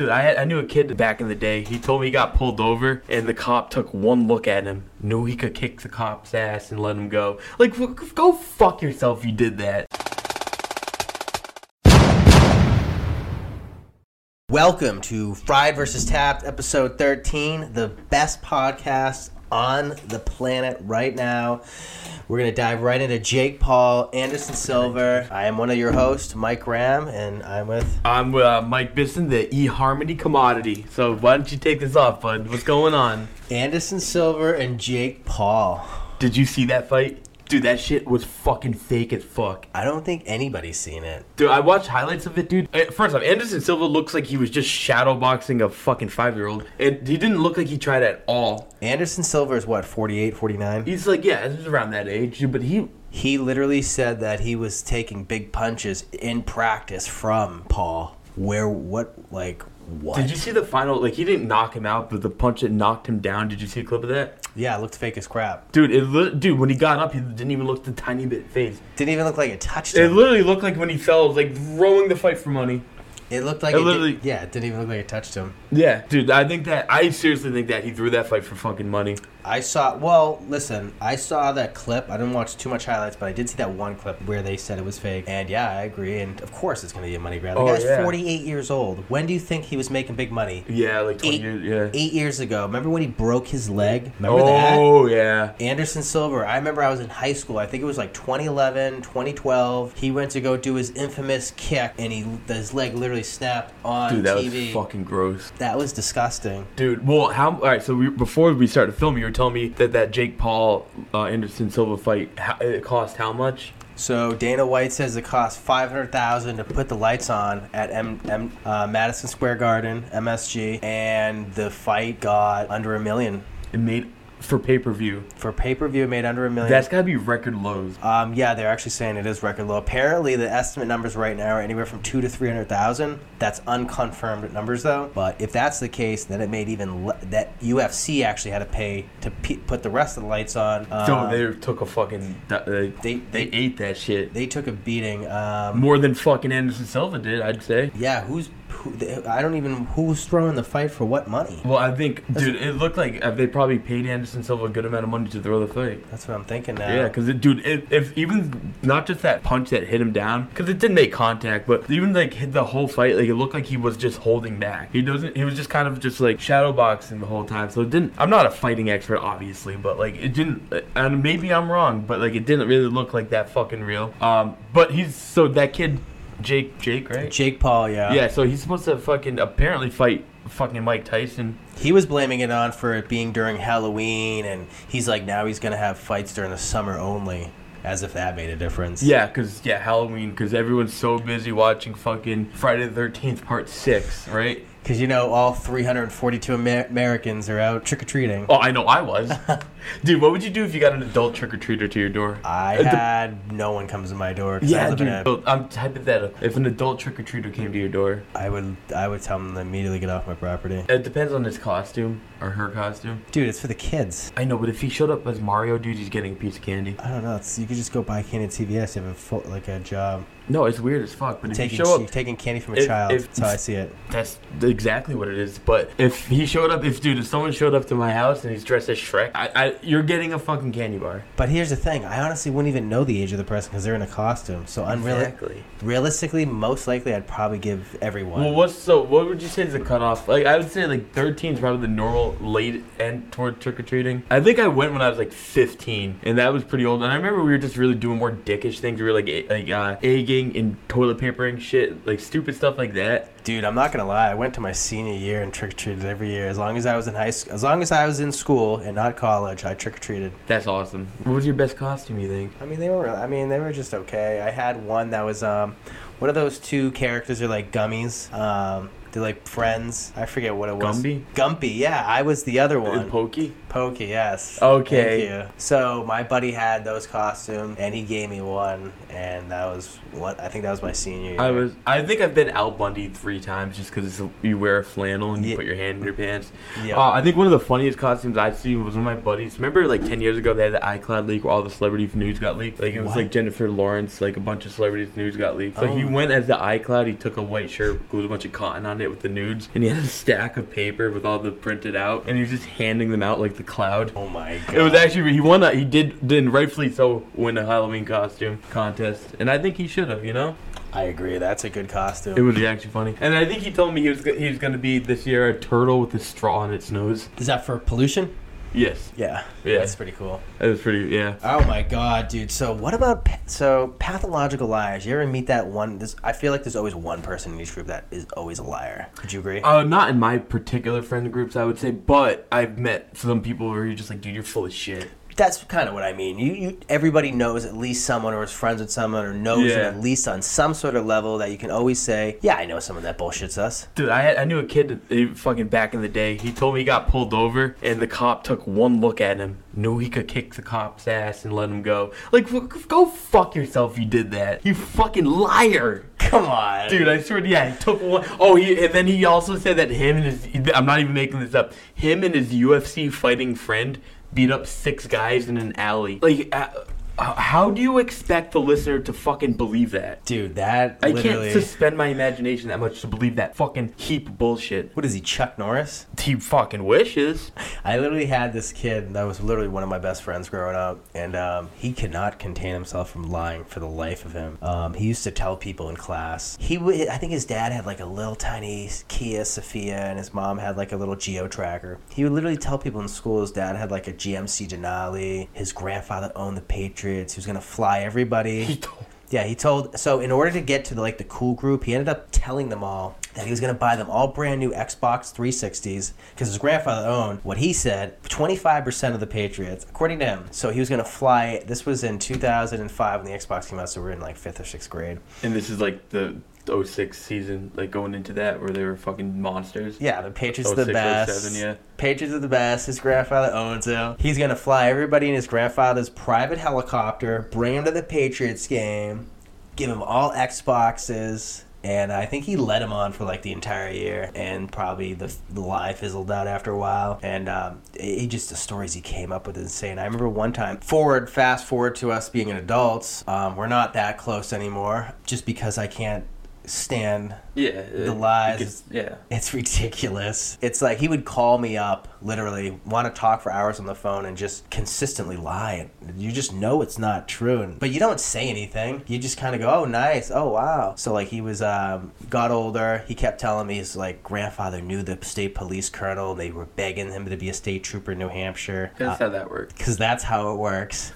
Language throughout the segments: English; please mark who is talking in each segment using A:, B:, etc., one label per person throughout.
A: Dude, I, had, I knew a kid back in the day. He told me he got pulled over, and the cop took one look at him, knew he could kick the cop's ass and let him go. Like, f- f- go fuck yourself if you did that.
B: Welcome to Fried versus Tapped, episode 13, the best podcast on the planet right now. We're going to dive right into Jake Paul, Anderson Silver. I am one of your hosts, Mike Graham, and I'm with.
A: I'm uh, Mike Bisson, the eHarmony commodity. So why don't you take this off, bud? What's going on?
B: Anderson Silver and Jake Paul.
A: Did you see that fight? Dude, that shit was fucking fake as fuck.
B: I don't think anybody's seen it.
A: Dude, I watched highlights of it, dude. Uh, First off, Anderson Silva looks like he was just shadowboxing a fucking five-year-old. And he didn't look like he tried at all.
B: Anderson Silver is what, 48, 49?
A: He's like, yeah, this is around that age, but he
B: He literally said that he was taking big punches in practice from Paul. Where, what, like, what?
A: Did you see the final? Like, he didn't knock him out, but the punch that knocked him down. Did you see a clip of that?
B: yeah, it looked fake as crap.
A: Dude, it li- dude when he got up, he didn't even look the tiny bit phased.
B: Didn't even look like it touched
A: It
B: him.
A: literally looked like when he fell, it was like throwing the fight for money.
B: It looked like
A: It
B: it, did-
A: literally-
B: yeah, it didn't even look like it touched him.
A: Yeah, dude, I think that I seriously think that he threw that fight for fucking money.
B: I saw. Well, listen, I saw that clip. I didn't watch too much highlights, but I did see that one clip where they said it was fake. And yeah, I agree. And of course, it's going to be a money grab. The
A: Oh,
B: guy's
A: yeah.
B: 48 years old. When do you think he was making big money?
A: Yeah, like twenty
B: Eight,
A: years. Yeah.
B: eight years ago. Remember when he broke his leg? Remember that?
A: Oh yeah.
B: Anderson Silver. I remember I was in high school. I think it was like 2011, 2012. He went to go do his infamous kick, and he his leg literally snapped on
A: Dude, that
B: TV.
A: was fucking gross.
B: that was disgusting.
A: Dude, well, how? All right, so we, before we started filming, you were telling me that that Jake Paul uh, Anderson Silva fight how, it cost how much?
B: So Dana White says it costs five hundred thousand to put the lights on at M- M- uh, Madison Square Garden, MSG, and the fight got under a million
A: It made for pay per view.
B: for pay per view. Made under a million.
A: That's gotta be record lows.
B: um, yeah, they're actually saying it is record low. Apparently, the estimate numbers right now are anywhere from two to three hundred thousand. That's unconfirmed numbers though. But if that's the case, then it made even le- that UFC actually had to pay to pe put the rest of the lights on.
A: So
B: Um,
A: they took a fucking. Uh, They, they,
B: they
A: they
B: they
A: ate that shit.
B: they took a beating. Um,
A: More than fucking Anderson Silva did, I'd say.
B: Yeah, who's who, th- I don't even who's throwing the fight for what money.
A: Well, I think, dude, it looked like uh, they probably paid Anderson Silva a good amount of money to throw the fight.
B: That's what I'm thinking now.
A: Yeah, because dude, if, if even not just that punch that hit him down, because it did make contact, but even like hit the whole fight, like it looked like he was just holding back. He doesn't. He was just kind of just like shadow boxing the whole time. So it didn't. I'm not a fighting expert, obviously, but like it didn't. And maybe I'm wrong, but like it didn't really look like that fucking real. Um, but he's so that kid, Jake, Jake, right?
B: Jake Paul, yeah.
A: Yeah. So he's supposed to fucking apparently fight fucking Mike Tyson.
B: He was blaming it on for it being during Halloween and he's like now he's going to have fights during the summer only as if that made a difference.
A: Yeah, cause yeah, Halloween, cause everyone's so busy watching fucking Friday the Thirteenth Part Six, right?
B: Cuz you know all 342 Amer- Americans are out trick or treating.
A: Oh, I know I was. dude, what would you do if you got an adult trick or treater to your door?
B: I had no one comes to my door 'cause I live in a,
A: So, Oh, I'm hypothetical. If an adult trick or treater came to your door,
B: I would I would tell them to immediately get off my property.
A: it depends on his costume or her costume.
B: Dude, it's for the kids.
A: I know, but if he showed up as Mario, dude, he's getting a piece of candy.
B: I don't know. It's, you could just go buy candy at CVS. You have a full, like a job.
A: No, it's weird as fuck. But if
B: taking
A: you show up,
B: taking candy from a
A: if-
B: child.
A: if-
B: That's how I see it.
A: that's exactly what it is. But if he showed up, if dude, if someone showed up to my house and he's dressed as Shrek, I, I you're getting a fucking candy bar.
B: But here's the thing: I honestly wouldn't even know the age of the person because they're in a costume. So unreal, realistically, most likely, I'd probably give everyone.
A: Well, what's so? What would you say is the cutoff? Like, I would say like 13 is probably the normal late end toward trick or treating. I think I went when I was like 15, and that was pretty old. And I remember we were just really doing more dickish things. We were like, e- like uh, egging and toilet papering shit, like stupid stuff like that.
B: Dude, I'm not gonna lie. I went to my senior year and trick or treated every year. As long as I was in high school, as long as I was in school and not college, I trick or treated.
A: That's awesome. What was your best costume? You think?
B: I mean, they were. I mean, they were just okay. I had one that was um, what are those two characters? Are like gummies. Um, they're like friends. I forget what it was.
A: Gumby?
B: Gumpy. Yeah, I was the other one.
A: And pokey.
B: Pokey, yes.
A: Okay.
B: Thank you. So my buddy had those costumes, and he gave me one, and that was what I think that was my senior year.
A: I was. I think I've been Al Bundy three times just because you wear a flannel and you
B: Ye-
A: put your hand in your pants.
B: Yeah.
A: Uh, I think one of the funniest costumes I've seen was one of my buddies. Remember, like ten years ago, they had the iCloud leak where all the celebrity news got leaked. Like it was
B: What?
A: like Jennifer Lawrence, like a bunch of celebrities news got leaked. So he
B: Oh.
A: went as the iCloud. He took a white shirt, glued a bunch of cotton on it, it with the nudes, and he had a stack of paper with all the printed out, and he was just handing them out like the cloud.
B: Oh my god.
A: It was actually he won. A, he did did rightfully so win a Halloween costume contest, and I think he should have. You know,
B: I agree. That's a good costume.
A: it would be actually funny. And I think he told me he was go- he was gonna be this year a turtle with a straw in its nose.
B: Is that for pollution?
A: Yes,
B: Yeah.
A: Yeah.
B: That's pretty cool.
A: it was pretty. Yeah,
B: Oh my god, dude. So what about pa- so pathological liars? You ever meet that one? This I feel like there's always one person in each group that is always a liar. Would you agree?
A: uh, not in my particular friend groups, I would say, but I've met some people where you're just like, dude, you're full of shit.
B: That's kind of what I mean. You, you everybody knows at least someone or is friends with someone or knows them
A: Yeah.
B: at least on some sort of level that you can always say, "Yeah, I know someone that bullshits us."
A: Dude, I, had, I knew a kid that he, fucking back in the day. He told me he got pulled over, and the cop took one look at him, knew he could kick the cop's ass and let him go. Like, f- go fuck yourself, you did that. You fucking liar.
B: Come on.
A: Dude, I swear, to- yeah, he took one oh he, and then he also said that him and his, I'm not even making this up, him and his UFC fighting friend beat up six guys in an alley. Like, uh, uh, how do you expect the listener to fucking believe that?
B: Dude, that
A: I
B: literally.
A: can't suspend my imagination that much to believe that fucking heap of bullshit.
B: what is he, Chuck Norris?
A: He fucking wishes.
B: I literally had this kid that was literally one of my best friends growing up, and um, he could not contain himself from lying for the life of him. Um, he used to tell people in class. He, would, I think his dad had like a little tiny Kia Sophia, and his mom had like a little Geo Tracker. He would literally tell people in school his dad had like a GMC Denali. His grandfather owned the Patriots. He was gonna fly everybody. Yeah, he told. So in order to get to the, like the cool group, he ended up telling them all that he was going to buy them all brand new Xbox 360s because his grandfather owned what he said 25% of the Patriots, according to him. So he was going to fly. This was in 2005 when the Xbox came out, so we are in like fifth or sixth grade.
A: And this is like the 06 season, like going into that where they were fucking monsters.
B: Yeah, the Patriots are the
A: 06,
B: best.
A: 07, yeah.
B: Patriots are the best. His grandfather owns them. He's gonna fly everybody in his grandfather's private helicopter, bring him to the Patriots game, give him all Xboxes, and I think he led him on for like the entire year. And probably the, the lie fizzled out after a while. And um, he just the stories he came up with is insane. I remember one time, forward, fast forward to us being adults, um, we're not that close anymore, just because I can't stand
A: Yeah.
B: The lies.
A: yeah.
B: it's ridiculous. It's like he would call me up, literally, want to talk for hours on the phone and just consistently lie. You just know it's not true. And, but you don't say anything. You just kind of go, oh, nice. Oh, wow. So, like, he was, um, got older. He kept telling me his, like, grandfather knew the state police colonel. They were begging him to be a state trooper in New Hampshire. Uh,
A: That's how that works.
B: because that's how it works.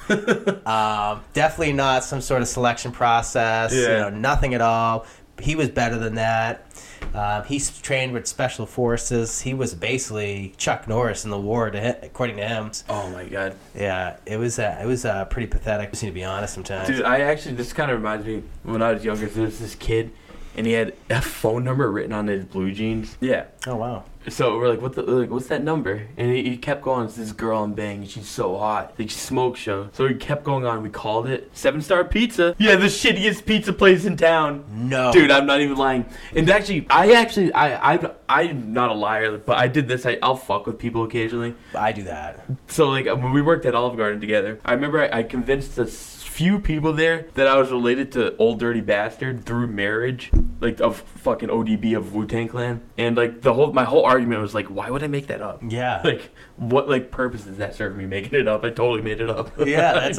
B: um, definitely not some sort of selection process. You
A: Yeah.
B: know, nothing at all. He was better than that. Um, he s- trained with special forces. He was basically Chuck Norris in the war, to hi- according to him.
A: Oh my god.
B: Yeah, it was uh, it was uh, pretty pathetic. Just need to be honest sometimes.
A: Dude, I actually this kind of reminds me when I was younger. There was this kid, and he had a phone number written on his blue jeans. Yeah.
B: Oh wow.
A: So we're like, what the, like, what's that number? And he, he kept going. It's this girl in Bang. She's so hot. Like smoke show. So we kept going on. We called it Seven Star Pizza. Yeah, the shittiest pizza place in town.
B: No.
A: Dude, I'm not even lying. And actually, I actually, I, I, I'm not a liar, but I did this. I, I'll fuck with people occasionally.
B: I do that.
A: So like when we worked at Olive Garden together, I remember I, I convinced a s- few people there that I was related to Old Dirty Bastard through marriage, like of fucking ODB of Wu Tang Clan, and like the whole my whole argument was like, why would I make that up?
B: Yeah.
A: Like what like purpose does that serve me making it up? I totally made it up.
B: Yeah, that's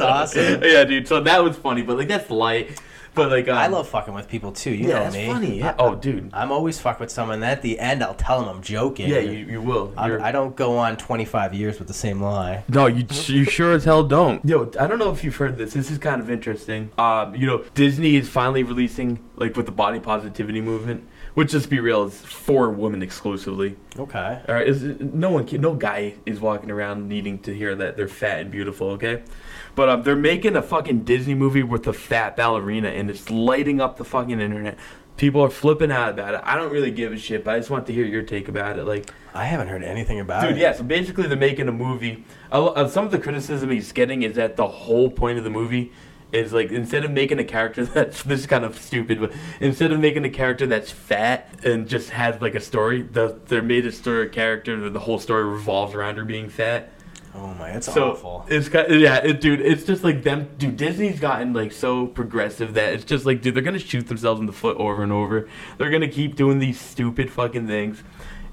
B: awesome.
A: yeah, dude. So that was funny, but like that's light. But like um,
B: I love fucking with people too. You
A: yeah,
B: know
A: that's
B: me.
A: funny. Yeah. Oh, dude.
B: I'm always fuck with someone. At the end, I'll tell them I'm joking.
A: Yeah, you, you will.
B: I'm,
A: You're-
B: I don't go on 25 years with the same lie.
A: No, you you sure as hell don't. Yo, I don't know if you've heard this. This is kind of interesting. Um, you know, Disney is finally releasing like with the body positivity movement, which just be real is for women exclusively.
B: Okay.
A: All right, is no one, can, no guy is walking around needing to hear that they're fat and beautiful, okay? But um, they're making a fucking Disney movie with a fat ballerina, and it's lighting up the fucking internet. People are flipping out about it. I don't really give a shit, but I just want to hear your take about it. Like,
B: I haven't heard anything about
A: Dude,
B: it.
A: yeah. So basically, they're making a movie. A lo- uh, some of the criticism he's getting is that the whole point of the movie is like instead of making a character that's this is kind of stupid, but instead of making a character that's fat and just has like a story, the, they're made a story a character that the whole story revolves around her being fat.
B: Oh my, that's
A: So
B: awful.
A: it's got yeah, it, dude. It's just like them, dude. Disney's gotten like so progressive that it's just like, dude, they're gonna shoot themselves in the foot over and over. They're gonna keep doing these stupid fucking things,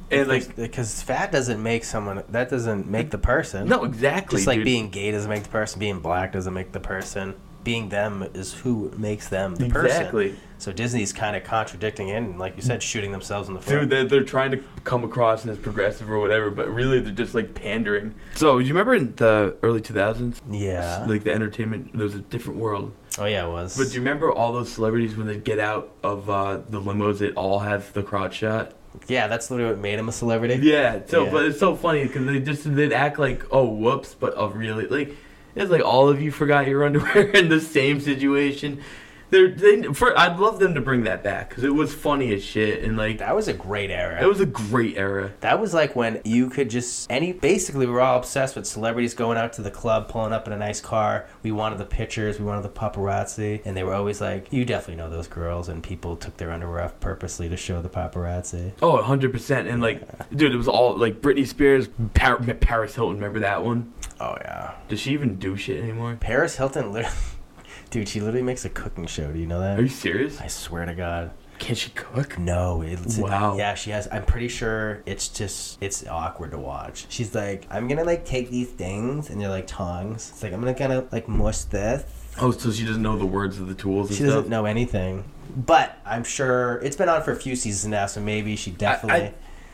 A: and like,
B: because fat doesn't make someone. That doesn't make the person.
A: no, exactly,
B: Just like
A: dude.
B: being gay doesn't make the person. Being black doesn't make the person. Being them is who makes them the
A: Exactly.
B: person. So Disney's kind of contradicting it, and like you said, shooting themselves in the foot.
A: Dude, they're, they're trying to come across as progressive or whatever, but really they're just like pandering. So, you remember in the early 2000s?
B: yeah.
A: Like the entertainment, there was a different world.
B: oh yeah, it was.
A: But do you remember all those celebrities when they get out of uh, the limos that all have the crotch shot?
B: yeah, that's literally what made him a celebrity.
A: Yeah. So,
B: Yeah.
A: but it's so funny because they just they'd act like, oh, whoops, but oh, really, like it's like all of you forgot your underwear in the same situation. They're, they, for, I'd love them to bring that back because it was funny as shit and like
B: That was a great era.
A: it was a great era.
B: That was like when you could just any basically we were all obsessed with celebrities going out to the club, pulling up in a nice car. We wanted the pictures, we wanted the paparazzi, and they were always like, "You definitely know those girls." And people took their underwear off purposely to show the paparazzi.
A: Oh, 100%. And, like, dude, it was all, like, Britney Spears, Par- Paris Hilton. Remember that one?
B: Oh yeah,
A: Does she even do shit anymore?
B: Paris Hilton, literally, dude, she literally makes a cooking show. Do you know
A: Are
B: that?
A: you serious?
B: I swear to God.
A: Can she cook?
B: No, it's
A: Wow.
B: Yeah, she has. I'm pretty sure it's just it's awkward to watch. She's like, I'm gonna like take these things, and they're like tongs. It's like I'm gonna kind of like mush this.
A: Oh, so she doesn't know the words of the tools and
B: She
A: stuff?
B: doesn't know anything. But I'm sure it's been on for a few seasons now, so maybe she
A: I,
B: definitely.
A: I,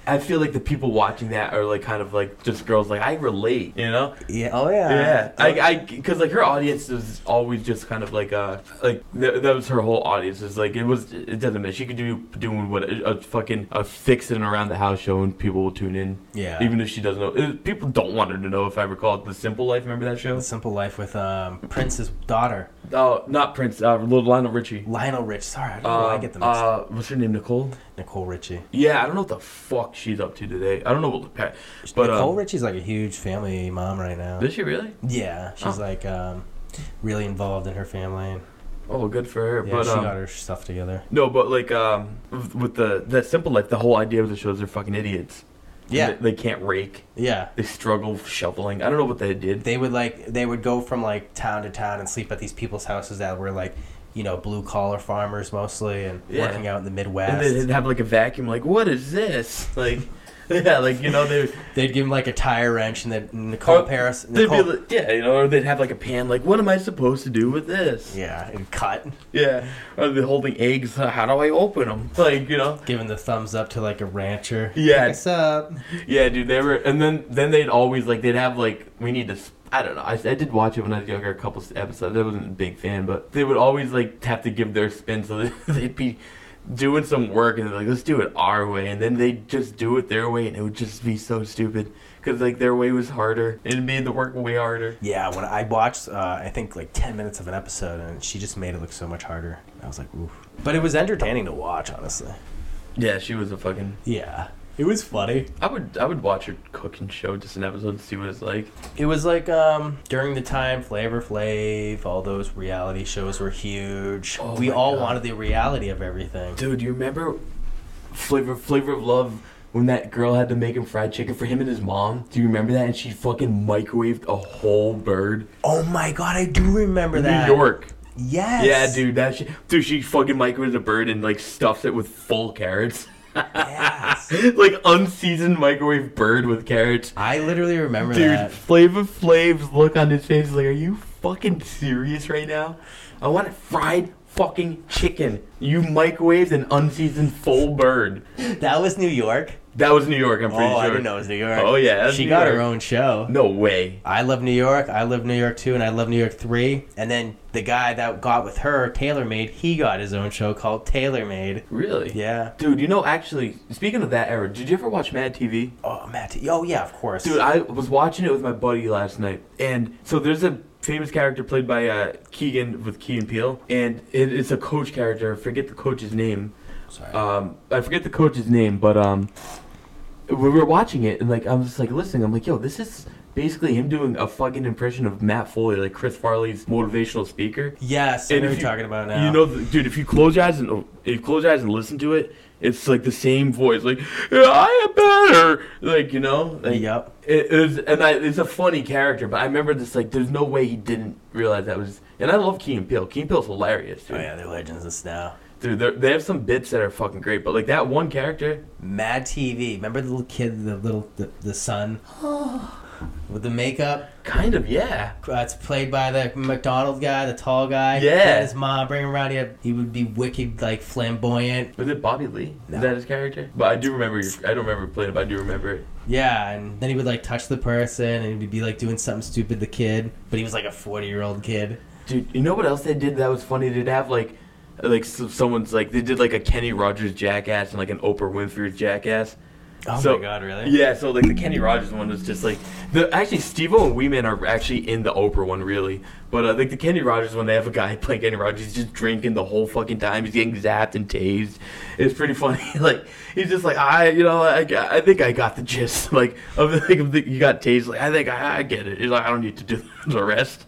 A: I feel like the people watching that are, like, kind of, like, just girls, like, I relate, you know?
B: yeah. Oh yeah.
A: Yeah, I, I, because like her audience is always just kind of like uh like th- that was her whole audience. It's like it was it doesn't matter. She could do doing what a, a fucking a fixing around the house show and people will tune in.
B: Yeah.
A: even if she doesn't know, it, people don't want her to know. If I recall, the Simple Life. Remember that show?
B: The Simple Life with um, Prince's daughter,
A: Oh, not Prince. Uh, Lil- Lionel Richie.
B: Lionel Rich. Sorry, I don't know
A: Uh,
B: why I get the mixed.
A: uh, what's her name? Nicole.
B: Nicole Richie.
A: Yeah, I don't know what the fuck she's up to today. I don't know what the pa- but
B: Nicole
A: um,
B: Richie's like a huge family mom right now.
A: Is she really?
B: Yeah, she's
A: Oh.
B: like um, really involved in her family.
A: Oh, good for her.
B: Yeah,
A: but
B: she
A: um,
B: got her stuff together.
A: No, but like um, with- with the that simple life, the whole idea of the show is they're fucking idiots.
B: Yeah.
A: they, they can't rake.
B: Yeah.
A: They struggle shoveling. I don't know what they did.
B: They would like they would go from like town to town and sleep at these people's houses that were like, you know, blue collar farmers mostly and
A: Yeah.
B: working out in the
A: And
B: Midwest.
A: they didn't have like a vacuum. Like, what is this? Like, yeah, like you know they.
B: They'd give him like a tire wrench and then Nicole
A: Or
B: Paris.
A: Oh, They'd be
B: Nicole,
A: like, yeah, you know, or they'd have like a pan. Like, what am I supposed to do with this?
B: yeah, and cut,
A: Yeah, or they're holding eggs. uh, How do I open them? Like, you know.
B: giving the thumbs up to like a rancher.
A: Yeah,
B: What's up?
A: Yeah, dude, they were, and then then they'd always like they'd have like we need to. s- I don't know. I, I did watch it when I was younger, a couple s- episodes. I wasn't a big fan, but they would always like have to give their spin, so they- they'd be doing some work and they're like, let's do it our way, and then they'd just do it their way, and it would just be so stupid because like their way was harder and it made the work way harder.
B: Yeah, when I watched, uh, I think like ten minutes of an episode, and she just made it look so much harder. I was like, oof. But it was entertaining to watch, honestly.
A: Yeah, she was a fucking.
B: Yeah, it was funny.
A: I would I would watch her cooking show just an episode to see what it's like.
B: It was like um, during the time Flavor Flav, all those reality shows were huge.
A: Oh
B: we
A: my
B: all
A: God.
B: wanted the reality of everything.
A: Dude, you remember Flavor Flavor of Love when that girl had to make him fried chicken for him and his mom? Do you remember that? And she fucking microwaved a whole bird.
B: Oh my god, I do remember that.
A: New York.
B: Yes.
A: Yeah, dude, that she, dude, she fucking microwaved a bird and like stuffs it with full carrots.
B: Yes.
A: like unseasoned microwave bird with carrots.
B: I literally remember
A: Dude,
B: that.
A: Flavor Flav's look on his face is like, are you fucking serious right now? I want a fried fucking chicken. You microwaved an unseasoned full bird.
B: That was New York.
A: That was New York, I'm pretty
B: Oh,
A: sure.
B: I didn't know it was New York.
A: Oh, yeah, that's
B: she
A: New
B: got her
A: York.
B: own show.
A: No way.
B: I love New York. I love New York two, and I love New York three. And then the guy that got with her, TaylorMade, he got his own show called TaylorMade.
A: Really?
B: Yeah.
A: Dude, you know, actually, speaking of that era, did you ever watch Mad TV?
B: Oh, Matt. Oh, yeah, of course.
A: Dude, I was watching it with my buddy last night, and so there's a famous character played by uh, Keegan with Keegan Peele, and it, it's a coach character. I forget the coach's name.
B: Sorry.
A: Um, I forget the coach's name, but um, we were watching it, and like I was like listening. I'm like, yo, this is basically him doing a fucking impression of Matt Foley, like Chris Farley's motivational speaker.
B: Yes, I know
A: if
B: what you're
A: you-
B: talking about now. Oh,
A: You know, the- dude, if you close your eyes and oh, if you close your eyes and listen to it, it's like the same voice, like I am better, like you know, like,
B: Yep.
A: It, it was, and I, it's a funny character, but I remember this like, there's no way he didn't realize that was. And I love Key and Peele. Key and Peele's hilarious, dude.
B: Oh yeah, they're legends this now.
A: Dude, they're- they have some bits that are fucking great, but like that one character,
B: Mad TV. Remember the little kid, the little the, the son with the makeup.
A: kind of, yeah.
B: Uh, it's played by the McDonald guy, the tall guy.
A: Yeah.
B: And his mom bring him around. He, had, he would be wicked, like flamboyant.
A: Was it Bobby Lee?
B: No.
A: Is that his character? But I do remember. I don't remember playing it, but I do remember it.
B: Yeah, and then he would like touch the person, and he'd be like doing something stupid. The kid, but he was like a forty-year-old kid.
A: Dude, you know what else they did that was funny? They'd have like, like s- someone's like they did like a Kenny Rogers jackass and like an Oprah Winfrey jackass.
B: Oh
A: So-
B: my god, really?
A: Yeah, so like the Kenny Rogers one was just like the actually Steve-O and Wee Man are actually in the Oprah one really, but uh, like the Kenny Rogers one, they have a guy playing Kenny Rogers he's just drinking the whole fucking time. He's getting zapped and tased. It's pretty funny. like he's just like I, you know, I, got- I think I got the gist. Like of the, like of the, you got tased. Like I think I, I get it. He's like I don't need to do the rest.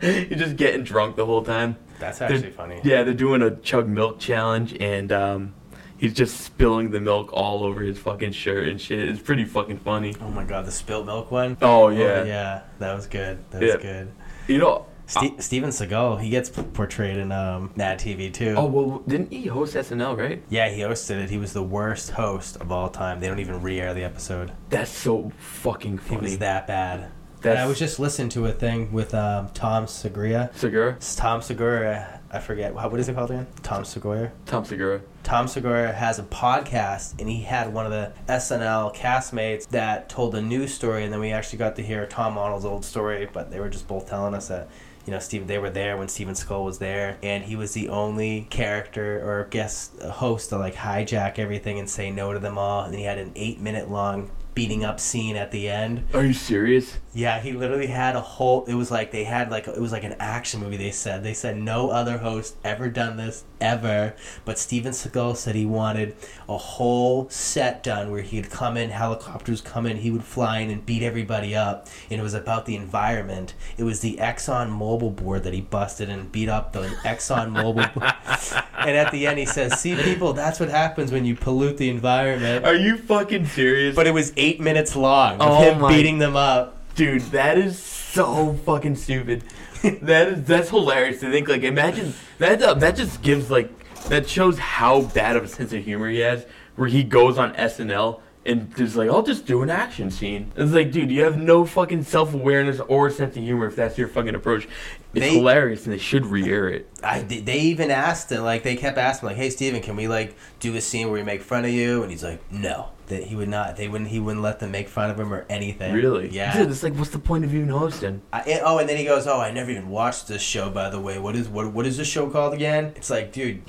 A: he's just getting drunk the whole time.
B: That's
A: They're-
B: actually funny.
A: Yeah, they're doing a chug milk challenge, and um, he's just spilling the milk all over his fucking shirt and shit. It's pretty fucking funny.
B: Oh my god, the spilt milk one.
A: Oh yeah,
B: yeah, that was good. That was
A: Yeah.
B: good.
A: you know.
B: Ste- Steven Seagal, he gets p- portrayed in um, Nat TV too.
A: Oh well, didn't he host SNL? Right?
B: Yeah, he hosted it. He was the worst host of all time. They don't even re-air the episode.
A: That's so fucking
B: It
A: funny.
B: was that bad. And
A: That's-
B: I was just listening to a thing with um, Tom Segura.
A: Segura,
B: It's Tom Segura, I forget how- what is it called again? Tom Segura.
A: Tom Segura.
B: Tom Segura has a podcast, and he had one of the SNL castmates that told a news story, and then we actually got to hear Tom Arnold's old story. But they were just both telling us that, you know, Steve, they were there when Steven Skull was there, and he was the only character or guest uh, host to like hijack everything and say no to them all, and he had an eight-minute long beating up scene at the end.
A: Are you serious?
B: Yeah, he literally had a whole. It was like they had like it was like an action movie. They said they said no other host ever done this ever. But Steven Seagal said he wanted a whole set done where he'd come in, helicopters come in, he would fly in and beat everybody up. And it was about the environment. It was the Exxon Mobil board that he busted and beat up the Exxon Mobil. board. and at the end, he says, "See, people, that's what happens when you pollute the environment."
A: Are you fucking serious?
B: But it was eight minutes long of
A: Oh
B: him
A: my-
B: beating them up.
A: Dude, that is so fucking stupid. that is that's hilarious to think. Like, imagine that. Uh, that just gives like that shows how bad of a sense of humor he has. Where he goes on SNL and is like, "I'll just do an action scene." It's like, dude, you have no fucking self awareness or sense of humor if that's your fucking approach. It's
B: They-
A: hilarious, and they should re-air it.
B: I, they they even asked him, like, they kept asking, like, hey, Steven, can we, like, do a scene where we make fun of you? And he's like, no. That he would not, they wouldn't, he wouldn't let them make fun of him or anything.
A: Really?
B: Yeah.
A: Dude, it's like, what's the point of even hosting?
B: I, and- oh, and then he goes, oh, I never even watched this show, by the way. What is, what, what is this show called again? It's like, dude,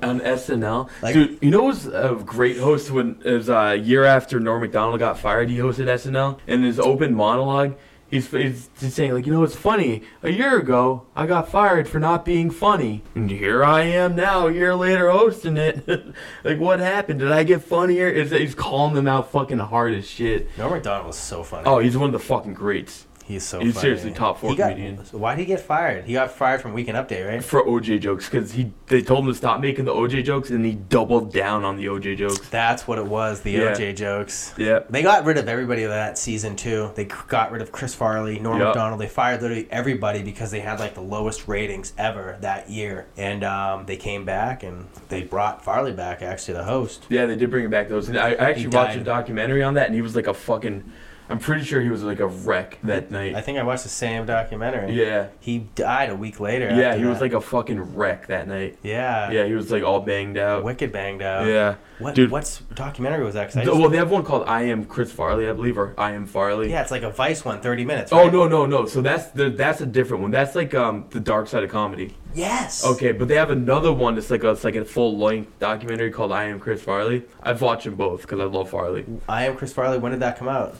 A: on SNL.
B: Like-
A: Dude, you know what was a great host when it was a year after Norm Macdonald got fired, he hosted SNL and his open monologue. He's, he's just saying like, you know, it's funny. A year ago, I got fired for not being funny, and here I am now, a year later, hosting it. like, what happened? Did I get funnier? Is he's calling them out fucking hard as shit.
B: Norm MacDonald was so funny.
A: Oh, he's one of the fucking greats
B: he's so
A: he's
B: funny.
A: seriously top four
B: He got-
A: comedian.
B: Why did he get fired? He got fired from Weekend Update, right?
A: for OJ jokes because he they told him to stop making the OJ jokes and he doubled down on the OJ jokes.
B: That's what it was, the
A: Yeah.
B: OJ jokes.
A: Yeah.
B: They got rid of everybody of that season too. They got rid of Chris Farley, Norm
A: Yeah.
B: Macdonald. They fired literally everybody because they had like the lowest ratings ever that year. And um, they came back and they brought Farley back, actually, the host.
A: Yeah, they did bring it back those. And I, I actually watched a
B: died.
A: documentary on that, and he was like a fucking. I'm pretty sure he was like a wreck that
B: I
A: night.
B: think I watched the same documentary.
A: Yeah,
B: He died a week later.
A: yeah,
B: after
A: he was
B: that.
A: like a fucking wreck that night.
B: yeah,
A: Yeah, he was like all banged out.
B: wicked banged out.
A: Yeah,
B: What
A: dude.
B: what's documentary was that? 'Cause I just-
A: Well, they have one called "I Am Chris Farley," I believe, or "I Am Farley."
B: yeah, it's like a Vice one, 30 minutes.
A: Oh
B: right?
A: no, no, no. So that's the that's a different one. That's like um the dark side of comedy.
B: Yes.
A: Okay, but they have another one that's like a, it's like a full length documentary called "I Am Chris Farley." I've watched them both because I love Farley.
B: I am Chris Farley. When did that come out?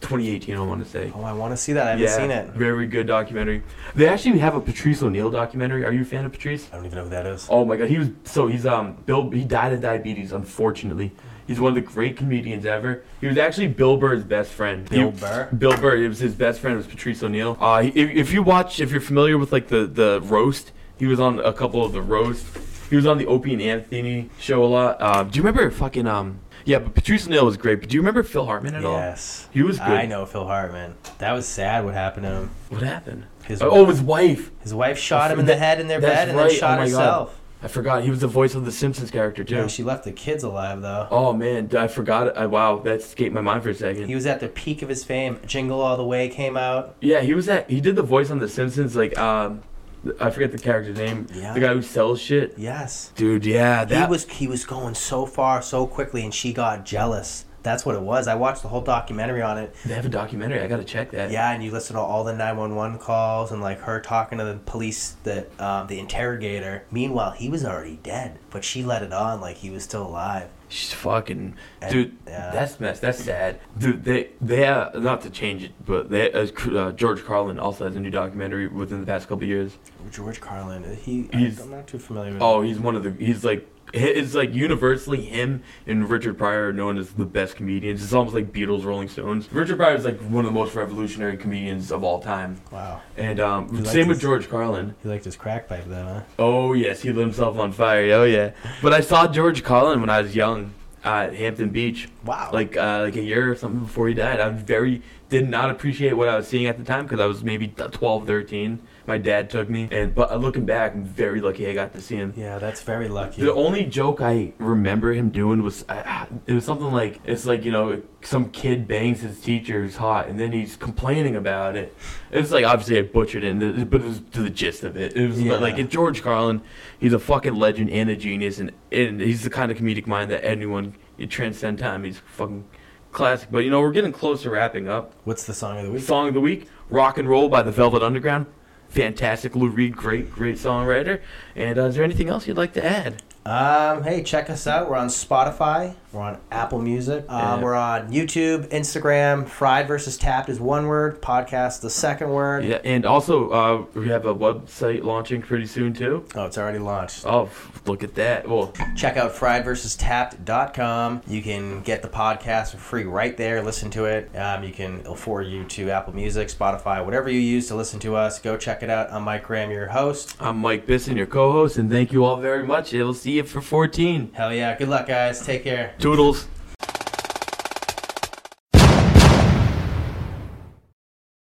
A: 2018, I want to say.
B: Oh, I want to see that. I haven't seen it.
A: Very good documentary. They actually have a Patrice O'Neill documentary. Are you a fan of Patrice?
B: I don't even know who that is.
A: Oh my god, he was so he's um Bill he died of diabetes, unfortunately. He's one of the great comedians ever. He was actually Bill Burr's best friend.
B: Bill
A: He-
B: Burr?
A: Bill Burr. It was his best friend. It was Patrice O'Neill. Uh, if, if you watch, if you're familiar with like the the roast, he was on a couple of the roast. He was on the Opie and Anthony show a lot. Uh, do you remember fucking um? Yeah, but Patrice O'Neill was great. But do you remember Phil Hartman at all?
B: Yes.
A: He was good.
B: I know Phil Hartman. That was sad what happened to him.
A: What happened?
B: His-
A: oh, his wife.
B: His wife shot him in
A: That-
B: the head in their
A: that's
B: bed and
A: right.
B: then shot
A: Oh my God.
B: herself.
A: I forgot. He was the voice of the Simpsons character too.
B: Yeah, she left the kids alive though.
A: Oh man, I forgot. I, wow, that escaped my mind for a second.
B: He was at the peak of his fame. Jingle All the Way came out.
A: yeah, he was at. He did the voice on The Simpsons. Like, um, I forget the character's name.
B: Yeah.
A: The guy who sells shit.
B: Yes.
A: Dude, yeah, that
B: he was he was going so far so quickly and she got jealous. That's what it was. I watched the whole documentary on it.
A: They have a documentary. I gotta check that.
B: Yeah, and you listen to all the 911 calls and like her talking to the police, the um, the interrogator. Meanwhile, he was already dead, but she let it on like he was still alive.
A: She's fucking
B: And-
A: dude.
B: yeah.
A: That's mess. That's sad. Dude, they they uh, not to change it, but they uh, uh, George Carlin also has a new documentary within the past couple years.
B: George Carlin, uh, he
A: He's-
B: I'm not too familiar with.
A: Oh, he's one of the. He's like. It's like universally him and Richard Pryor are known as the best comedians. It's almost like Beatles, Rolling Stones. Richard Pryor is like one of the most revolutionary comedians of all time.
B: wow,
A: And um,
B: You like
A: same with
B: his-
A: George Carlin.
B: he liked his crack pipe then, huh?
A: Oh yes, he lit himself on fire. Oh yeah. But I saw George Carlin when I was young at Hampton Beach,
B: Wow,
A: like uh, like a year or something before he died. I was very did not appreciate what I was seeing at the time because I was maybe 12, 13. My dad took me, and but looking back, I'm very lucky I got to see him.
B: yeah, that's very lucky.
A: The only joke I remember him doing was uh, it was something like it's like you know some kid bangs his teacher who's hot and then he's complaining about it. It's like obviously I butchered it, and it- but it was to the gist of it. It was
B: Yeah.
A: like it's George Carlin. He's a fucking legend and a genius, and and he's the kind of comedic mind that anyone you transcend time. He's fucking classic. But you know we're getting close to wrapping up.
B: What's the song of the week?
A: Song of the week, Rock and Roll by the Velvet Underground. Fantastic Lou Reed, great, great songwriter. And uh, is there anything else you'd like to add?
B: Um, hey, check us out. We're on Spotify. We're on Apple Music. Um,
A: Yeah.
B: We're on YouTube, Instagram. Fried versus Tapped is one word. Podcast the second word.
A: Yeah, and also uh, we have a website launching pretty soon too.
B: Oh, it's already launched.
A: Oh, f- look at that! Well,
B: Check out friedversustapped.com. You can get the podcast for free right there. Listen to it. Um, you can it'll forward you to Apple Music, Spotify, whatever you use to listen to us. Go check it out. I'm Mike Graham, your host.
A: I'm Mike Bisson, your co-host, and thank you all very much. We'll see you for 14.
B: Hell yeah. Good luck, guys. Take care.
A: Toodles.